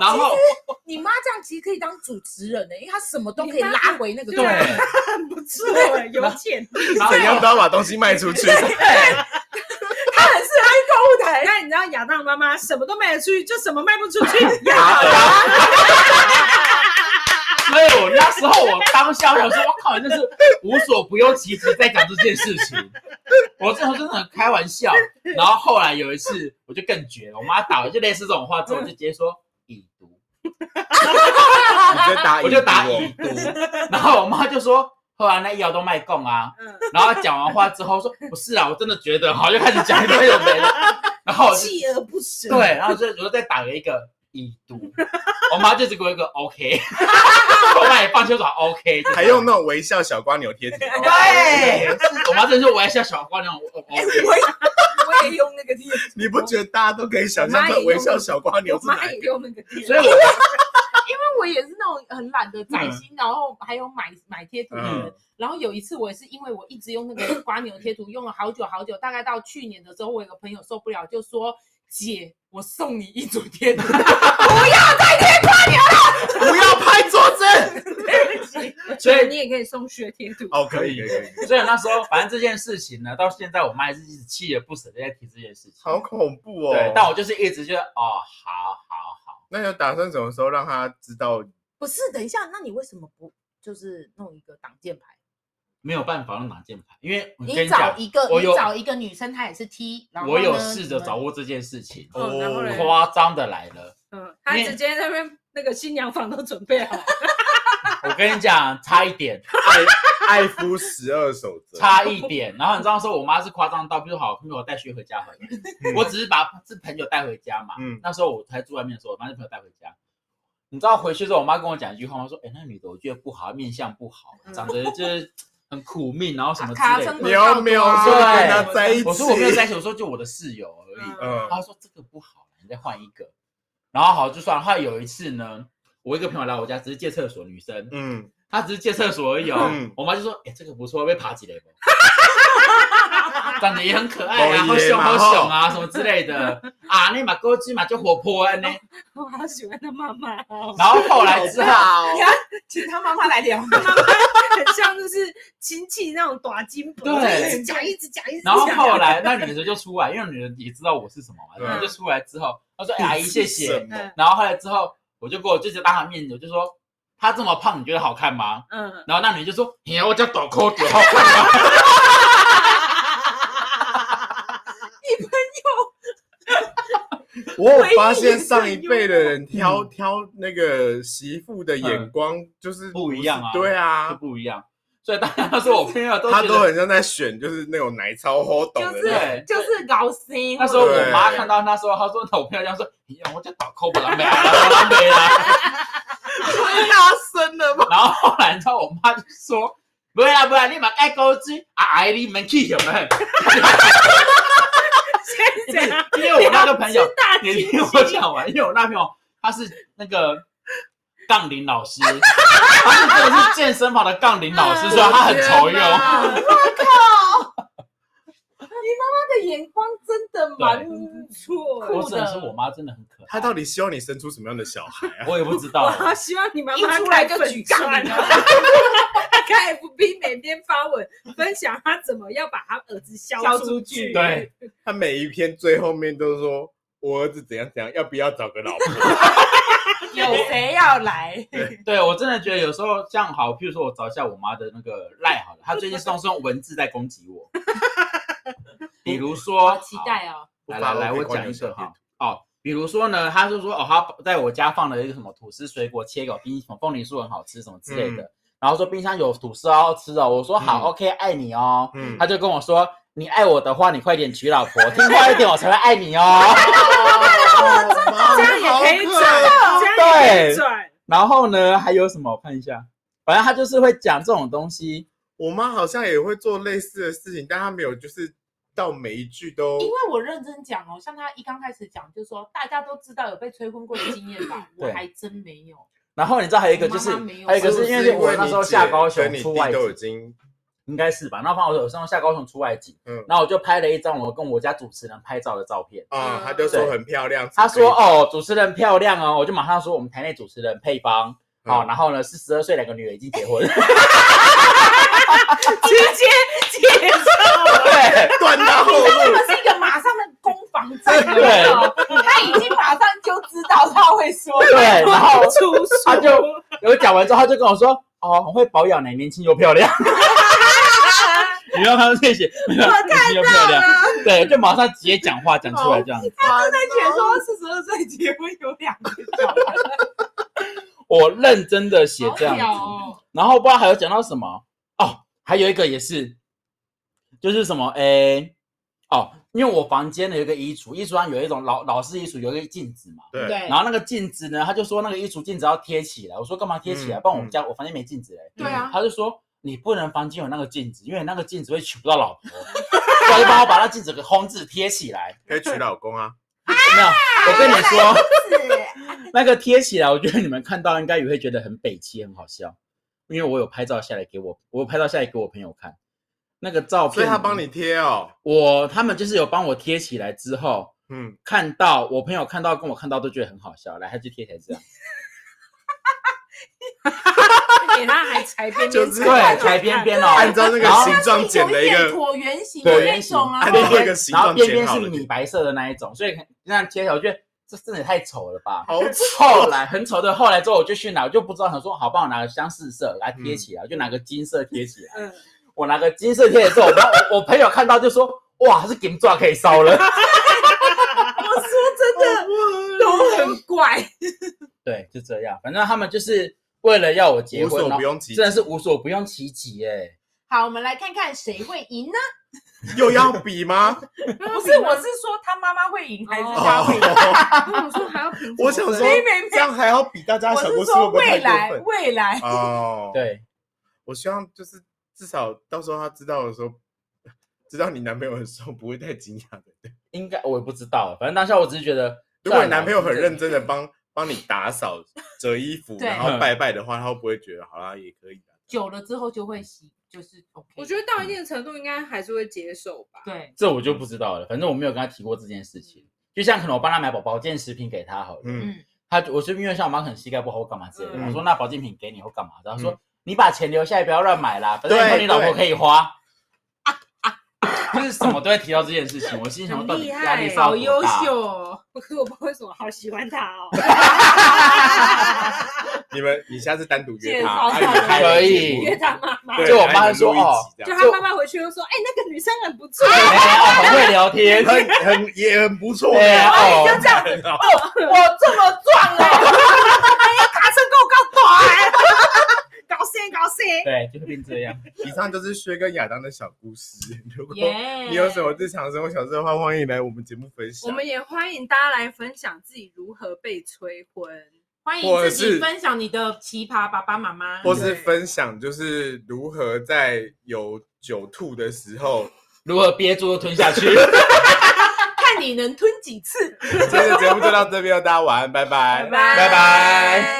[SPEAKER 3] 然后
[SPEAKER 4] 你妈这样其实可以当主持人呢、因为她什么都可以拉回那个
[SPEAKER 3] 对，
[SPEAKER 4] 状态
[SPEAKER 2] 很不错，欸有钱。
[SPEAKER 3] 然后
[SPEAKER 1] 怎样都要把东西卖出 去。
[SPEAKER 4] 她很适合去购物台。
[SPEAKER 2] 但你知道亚当妈妈什么都卖得出去，就什么卖不出去。
[SPEAKER 3] 所以我那时候我当下我想说，我靠，你这是无所不用其极在讲这件事情。我这时候真的很开玩笑。然后后来有一次，我就更绝了，我妈打了就类似这种话之后，我就直接说已读，
[SPEAKER 1] 你就打，
[SPEAKER 3] 我就打已
[SPEAKER 1] 我。
[SPEAKER 3] 读。然后我妈就说，后来那医疗都卖供啊。
[SPEAKER 2] 嗯，
[SPEAKER 3] 然后讲完话之后说不是啊，我真的觉得好，就开始讲一堆有没的。然后我就
[SPEAKER 4] 锲而不舍，
[SPEAKER 3] 对，然后就我就再打了一个已读，我妈就只给我一个 OK，我妈也放心说 OK，就这样
[SPEAKER 1] 还用那种微笑小瓜牛贴纸，
[SPEAKER 3] 对，是我妈真的说我要像小花那种，我我
[SPEAKER 4] 哎我也用那个地址，
[SPEAKER 1] 你不觉得大家都可以想象这微笑小瓜牛
[SPEAKER 4] 我
[SPEAKER 1] 是哪
[SPEAKER 4] 妈
[SPEAKER 1] 一
[SPEAKER 4] 也
[SPEAKER 1] 个？
[SPEAKER 4] 用那个地址，
[SPEAKER 3] 所以我
[SPEAKER 4] 因为我也是那种很懒得载心，然后还有买买贴图的人。然后有一次，我也是因为我一直用那个瓜牛贴图，用了好久好久，大概到去年的时候，我有个朋友受不了，就说：“姐，我送你一组贴图，
[SPEAKER 1] 不要拍桌子。
[SPEAKER 3] 所以
[SPEAKER 2] 你也可以送血贴图。
[SPEAKER 1] 哦，可以可以可以，
[SPEAKER 3] 所以那时候反正这件事情呢，到现在我妈还是一直锲而不舍的在提这件事情。
[SPEAKER 1] 好恐怖哦。
[SPEAKER 3] 对，但我就是一直就是哦，好好好，
[SPEAKER 1] 那有打算什么时候让他知道？
[SPEAKER 4] 不是，等一下，那你为什么不就是弄一个挡箭牌？
[SPEAKER 3] 没有办法让拿键盘，因为我跟
[SPEAKER 4] 你
[SPEAKER 3] 你
[SPEAKER 4] 找
[SPEAKER 3] 讲，
[SPEAKER 4] 一个，
[SPEAKER 3] 我
[SPEAKER 4] 你
[SPEAKER 3] 有
[SPEAKER 4] 找一个女生，她也是 T，然后
[SPEAKER 3] 我有
[SPEAKER 4] 呢嗯
[SPEAKER 3] 试着找。
[SPEAKER 4] 你们
[SPEAKER 3] 过这件事情，
[SPEAKER 2] 哦然后嘞
[SPEAKER 1] 哦，
[SPEAKER 3] 夸张的来了。
[SPEAKER 2] 嗯，他直接那边那个新娘房都准备 好了，
[SPEAKER 3] 我跟你讲，差一点，
[SPEAKER 1] 爱爱夫十二守则，
[SPEAKER 3] 差一点。然后你知道说，我妈是夸张到，比如好，比如我带学回家好了，我只是把是朋友带回家嘛。
[SPEAKER 1] 嗯
[SPEAKER 3] 那时候我才住外面的时候，我把那朋友带回家。你知道回去之后，我妈跟我讲一句话，她说：“哎、那女的我觉得不好，面相不好，长得就是很苦命，然后什么
[SPEAKER 4] 卡
[SPEAKER 3] 之类
[SPEAKER 4] 称
[SPEAKER 3] 的。
[SPEAKER 1] 你又没有说跟他在一”起，
[SPEAKER 3] 我说我没有在一起，我说就我的室友而已。
[SPEAKER 1] 嗯
[SPEAKER 3] 她说这个不好，你再换一个。然后好就算了。后来有一次呢，我一个朋友来我家，只是借厕所，女生，
[SPEAKER 1] 嗯，
[SPEAKER 3] 她只是借厕所而已哦。
[SPEAKER 1] 嗯
[SPEAKER 3] 我妈就说：“哎、这个不错，被爬几雷吧。”长得也很可爱啊，
[SPEAKER 1] 哦
[SPEAKER 3] 好
[SPEAKER 1] 耶
[SPEAKER 3] 凶好
[SPEAKER 1] 嘛吼
[SPEAKER 3] 凶啊，什么之类的啊，那马哥鸡嘛就活泼啊呢。
[SPEAKER 2] 我好喜欢他妈妈哦，
[SPEAKER 3] 然后后来之后，
[SPEAKER 4] 请她妈妈来聊。
[SPEAKER 2] 他妈妈很像就是亲戚那种短金箔，
[SPEAKER 3] 对
[SPEAKER 2] 就一直讲一直讲一直
[SPEAKER 3] 然
[SPEAKER 2] 讲。
[SPEAKER 3] 后后来那女的就出来，因为女的也知道我是什么嘛，
[SPEAKER 1] 嗯
[SPEAKER 3] 然后就出来之后，她说：“哎阿姨谢谢。
[SPEAKER 2] 嗯”
[SPEAKER 3] 然后后来之后，我就给我就直接当她面子，我就说：“她这么胖，你觉得好看吗
[SPEAKER 2] 嗯？”，
[SPEAKER 3] 然后那女的就说：“你我叫抖抠脚好看吗
[SPEAKER 1] 我有发现上一辈的人挑挑那个媳妇的眼光就是
[SPEAKER 3] 嗯不一样啊
[SPEAKER 1] 对？”
[SPEAKER 3] 就
[SPEAKER 1] 啊，
[SPEAKER 3] 不一样。所以大家都说我朋友都
[SPEAKER 1] 他
[SPEAKER 3] 觉
[SPEAKER 1] 都
[SPEAKER 3] 得
[SPEAKER 1] 很像在选就是那种奶超好懂的
[SPEAKER 4] 就
[SPEAKER 1] 那
[SPEAKER 4] 是
[SPEAKER 1] 种，
[SPEAKER 3] 对。
[SPEAKER 4] 就是高薪。
[SPEAKER 3] 那时候我妈
[SPEAKER 1] 对
[SPEAKER 3] 看到那时候，她说：“那我朋友这样说，哎呀，我叫抖抠不了没啊，不没啦。”
[SPEAKER 1] 太深了吧？
[SPEAKER 3] 然后后来你知道我妈就说：“不会啦，不会啦，你嘛爱高知啊，哎，你们去有没有？”
[SPEAKER 2] 现在讲
[SPEAKER 3] 因为我那个朋友
[SPEAKER 2] 是，大
[SPEAKER 3] 你
[SPEAKER 2] 金
[SPEAKER 3] 听我讲完，因为我那朋友他是那个杠铃老师，他是真的是健身房的杠铃老师，所以他很愁用。
[SPEAKER 4] 他的眼光真的蛮
[SPEAKER 2] 错，
[SPEAKER 3] 我只能说我妈真的很可
[SPEAKER 1] 他到底希望你生出什么样的小孩啊？
[SPEAKER 3] 爱，我也不知道。
[SPEAKER 2] 哇，希望你妈
[SPEAKER 4] 一
[SPEAKER 2] 妈
[SPEAKER 4] 出来就
[SPEAKER 2] 开
[SPEAKER 4] 举
[SPEAKER 2] 粉
[SPEAKER 4] 杠
[SPEAKER 2] 砖
[SPEAKER 4] 铃
[SPEAKER 2] 啊她开 FB 每天发文分享她怎么要把她儿子消
[SPEAKER 4] 消出
[SPEAKER 2] 出
[SPEAKER 4] 去
[SPEAKER 2] 去，
[SPEAKER 3] 对，
[SPEAKER 1] 他每一篇最后面都说我儿子怎样怎样，要不要找个老 婆？
[SPEAKER 4] 有谁要来？
[SPEAKER 3] 对我真的觉得有时候像好，譬如说我找一下我妈的那个赖好了，她最近都是用文字在攻击我，比如说，
[SPEAKER 4] 好期待哦！
[SPEAKER 3] 好，来来来，
[SPEAKER 1] 我发了我可
[SPEAKER 3] 我讲一个
[SPEAKER 1] 以关你的小
[SPEAKER 3] 哈，哦，比如说呢，她就说哦，她在我家放了一个什么吐司水果切给我冰什么凤梨酥很好吃什么之类的，然后说冰箱有吐司哦吃哦，我说好、
[SPEAKER 1] 嗯
[SPEAKER 3] OK 爱你哦，
[SPEAKER 1] 嗯
[SPEAKER 3] 她就跟我说你爱我的话，你快点娶老婆，听话一点我才会爱你哦。
[SPEAKER 2] 这样也可以转，这样也可以转。
[SPEAKER 3] 然后呢，还有什么？我看一下，反正他就是会讲这种东西。
[SPEAKER 1] 我妈好像也会做类似的事情，但她没有就是到每一句都
[SPEAKER 4] 因为我认真讲哦，像他一刚开始讲，就说大家都知道有被催婚过的经验 吧，我
[SPEAKER 3] 对
[SPEAKER 4] 还真没 有。
[SPEAKER 3] 然后你知道还有一个就是，
[SPEAKER 4] 我妈妈没有
[SPEAKER 3] 还有一个
[SPEAKER 1] 不
[SPEAKER 3] 哎是因
[SPEAKER 1] 是
[SPEAKER 3] 为我那时候
[SPEAKER 1] 你姐
[SPEAKER 3] 下高
[SPEAKER 1] 跟
[SPEAKER 3] 雄
[SPEAKER 1] 你
[SPEAKER 3] 出
[SPEAKER 1] 弟
[SPEAKER 3] 外
[SPEAKER 1] 都已
[SPEAKER 3] 景，
[SPEAKER 1] 经
[SPEAKER 3] 应该是吧？那反正我有时候下高雄出外景，
[SPEAKER 1] 嗯
[SPEAKER 3] 然后我就拍了一张我跟我家主持人拍照的照片。
[SPEAKER 1] 啊，
[SPEAKER 4] 嗯
[SPEAKER 1] 她就说很漂亮。
[SPEAKER 3] 他说
[SPEAKER 1] 所以，
[SPEAKER 3] 哦，主持人漂亮哦，我就马上说我们台内主持人配方
[SPEAKER 1] 嗯
[SPEAKER 3] 哦，然后呢是十二岁，两个女儿已经结婚，
[SPEAKER 4] 直接接
[SPEAKER 3] 嗯 对
[SPEAKER 1] 断到后
[SPEAKER 4] 你知道他
[SPEAKER 1] 路，
[SPEAKER 4] 们是一个马上的攻防战，有没
[SPEAKER 3] 对
[SPEAKER 4] 有他已经马上就知道他会说，
[SPEAKER 3] 对，然后
[SPEAKER 2] 出书，
[SPEAKER 3] 他就我讲完之后，他就跟我说哦，很会保养呢，年轻又漂亮。 你让他谢谢，没有年轻又漂亮。对，就马上直接讲话讲出来这样子。
[SPEAKER 4] 他在写说四十二岁结婚有两个小孩，
[SPEAKER 3] 我认真的写这样
[SPEAKER 4] 好
[SPEAKER 3] 子，
[SPEAKER 4] 屌哦
[SPEAKER 3] 然后不知道还有讲到什么哦，还有一个也是，就是什么诶哦，因为我房间的有一个衣橱，衣橱上有一种老老式衣橱，有一个镜子嘛。
[SPEAKER 1] 对
[SPEAKER 4] 对
[SPEAKER 3] 然后那个镜子呢，他就说那个衣橱镜子要贴起来，我说干嘛贴起来？
[SPEAKER 1] 嗯
[SPEAKER 3] 不然我们家、我房间没镜子嘞、
[SPEAKER 4] 对啊，
[SPEAKER 3] 他就说你不能房间有那个镜子，因为那个镜子会娶不到老婆。 他就帮我把那镜子给轰字贴起来，
[SPEAKER 1] 可以娶老公啊。
[SPEAKER 3] 有没有？我跟你说。
[SPEAKER 4] 是
[SPEAKER 3] 那个贴起来，我觉得你们看到应该也会觉得很北气，很好笑，因为我有拍照下来给我，我有拍照下来给我朋友看，那个照片，
[SPEAKER 1] 所以她帮你，贴哦，
[SPEAKER 3] 我他们就是有帮我贴起来之后，
[SPEAKER 1] 嗯，
[SPEAKER 3] 看到我朋友看到跟我看到都觉得很好笑，来他就贴起来这样，
[SPEAKER 2] 给他还裁边
[SPEAKER 1] 就
[SPEAKER 2] 边
[SPEAKER 1] 是
[SPEAKER 3] 对，裁边边哦，
[SPEAKER 1] 按照那个
[SPEAKER 3] 然后
[SPEAKER 1] 形状剪了一
[SPEAKER 4] 有一点
[SPEAKER 1] 个，
[SPEAKER 4] 椭圆形的
[SPEAKER 3] 椭
[SPEAKER 4] 那
[SPEAKER 3] 圆形
[SPEAKER 4] 种啊
[SPEAKER 1] 按，
[SPEAKER 3] 边
[SPEAKER 1] 照
[SPEAKER 3] 边
[SPEAKER 1] 那个形
[SPEAKER 3] 然后
[SPEAKER 1] 状
[SPEAKER 3] 边
[SPEAKER 1] 剪
[SPEAKER 3] 边
[SPEAKER 1] 好
[SPEAKER 3] 是
[SPEAKER 1] 的
[SPEAKER 3] 米白色的那一种，所以那样贴起来，我觉得这真的也太丑了吧。
[SPEAKER 1] 好丑
[SPEAKER 3] 后来很丑的，后来之后我就去拿，我就不知道，想说好帮我拿个相似色来贴起来，我就拿个金色贴起来。
[SPEAKER 2] 嗯
[SPEAKER 3] 我拿个金色贴的时候，我朋友我朋友看到就说：“哇，是金钻可以烧了。
[SPEAKER 4] 我说哦真
[SPEAKER 1] 哦
[SPEAKER 4] 的都很怪，”
[SPEAKER 3] 对，就这样，反正他们就是为了要我结
[SPEAKER 1] 无
[SPEAKER 3] 婚，
[SPEAKER 1] 所
[SPEAKER 3] 然
[SPEAKER 1] 不
[SPEAKER 3] 后
[SPEAKER 1] 用其极
[SPEAKER 3] 真，的是无所不用其极哎、
[SPEAKER 4] 好，我们来看看谁会赢 呢？
[SPEAKER 1] 又要比 吗？
[SPEAKER 4] 不是，我是说他妈妈会赢还是他会赢？
[SPEAKER 1] 哦，
[SPEAKER 2] 我说还要评，
[SPEAKER 1] 我想说
[SPEAKER 4] 没没
[SPEAKER 1] 这样还要比大家
[SPEAKER 4] 没，
[SPEAKER 1] 的小
[SPEAKER 4] 我是
[SPEAKER 1] 故事会
[SPEAKER 4] 说
[SPEAKER 1] 不会
[SPEAKER 4] 未
[SPEAKER 1] 太
[SPEAKER 4] 来
[SPEAKER 1] 过分？
[SPEAKER 4] 未来，
[SPEAKER 1] 哦，，
[SPEAKER 3] 对，
[SPEAKER 1] 我希望就是至少到时候她知道的时候， 知道你男朋友的时候不会太惊讶的。
[SPEAKER 3] 应该我也不知道，反正当下我只是觉得，
[SPEAKER 1] 如果
[SPEAKER 3] 算
[SPEAKER 1] 你
[SPEAKER 3] 了
[SPEAKER 1] 男朋友很认，真的帮帮你打扫、折衣服，
[SPEAKER 4] 对
[SPEAKER 1] 然后拜拜的话，他会不会觉得好啦也可以啊？
[SPEAKER 4] 久了之后就会习，就是 OK。
[SPEAKER 2] 我觉得到一定的程度应该还是会接受吧。
[SPEAKER 4] 对，
[SPEAKER 3] 这我就不知道了，反正我没有跟他提过这件事情。就像可能我帮他买保保健食品给他好了，
[SPEAKER 1] 嗯，
[SPEAKER 4] 嗯，
[SPEAKER 3] 他我是因为像我妈可能膝盖不好或干嘛之类的，
[SPEAKER 1] 嗯
[SPEAKER 3] 我说那保健品给你或干嘛，然后说、
[SPEAKER 1] 嗯
[SPEAKER 3] 你把钱留下来不要乱买啦，反正以
[SPEAKER 1] 对
[SPEAKER 3] 后你老婆
[SPEAKER 1] 对
[SPEAKER 3] 可以花。啊 就是什么都会提到这件事情，我心想
[SPEAKER 2] 很
[SPEAKER 3] 到底
[SPEAKER 2] 厉
[SPEAKER 3] 压力
[SPEAKER 2] 害
[SPEAKER 3] 是要
[SPEAKER 4] 好
[SPEAKER 3] 多
[SPEAKER 4] 优
[SPEAKER 3] 大
[SPEAKER 4] 秀哦。
[SPEAKER 2] 可 是我不知道为什么好喜欢他 哦。
[SPEAKER 1] 你们你下次单独约
[SPEAKER 4] 介
[SPEAKER 1] 他，
[SPEAKER 4] 绍
[SPEAKER 1] 啊
[SPEAKER 4] 他
[SPEAKER 1] 你们
[SPEAKER 4] 的
[SPEAKER 1] 开
[SPEAKER 3] 可
[SPEAKER 1] 个节
[SPEAKER 3] 以
[SPEAKER 1] 目
[SPEAKER 2] 约他妈妈，
[SPEAKER 1] 对
[SPEAKER 3] 就我
[SPEAKER 1] 然后
[SPEAKER 3] 妈
[SPEAKER 1] 你们
[SPEAKER 3] 说
[SPEAKER 1] 录一
[SPEAKER 3] 哦
[SPEAKER 1] 集这样
[SPEAKER 2] 就他妈妈回去又说：“哎，那个女生很不错。啊
[SPEAKER 3] 哎哦，很会聊 天，
[SPEAKER 1] 很很也很不错
[SPEAKER 3] 对
[SPEAKER 1] 呀
[SPEAKER 3] 啊，哦
[SPEAKER 4] 就 这样子，
[SPEAKER 1] 很好
[SPEAKER 4] 我这么壮哎、
[SPEAKER 2] 卡车够够 短，搞事搞事。
[SPEAKER 3] 对，就是变这样。
[SPEAKER 1] 以上就是薛跟亚当的小故事。如果
[SPEAKER 4] 耶
[SPEAKER 1] 你有什么日常生活小事的话，欢迎来我们节目分享。
[SPEAKER 2] 我们也欢迎大家来分享自己如何被催婚。
[SPEAKER 4] 欢
[SPEAKER 1] 或
[SPEAKER 4] 迎
[SPEAKER 1] 者
[SPEAKER 4] 自己
[SPEAKER 1] 是
[SPEAKER 4] 分享你的奇葩爸爸妈妈，
[SPEAKER 1] 或是分享就是如何在有酒吐的时候，
[SPEAKER 3] 如何憋住吞下去？
[SPEAKER 4] 看你能吞几次。
[SPEAKER 1] 今天的节目就到这边，大家晚安，拜拜，
[SPEAKER 2] 拜
[SPEAKER 3] 拜拜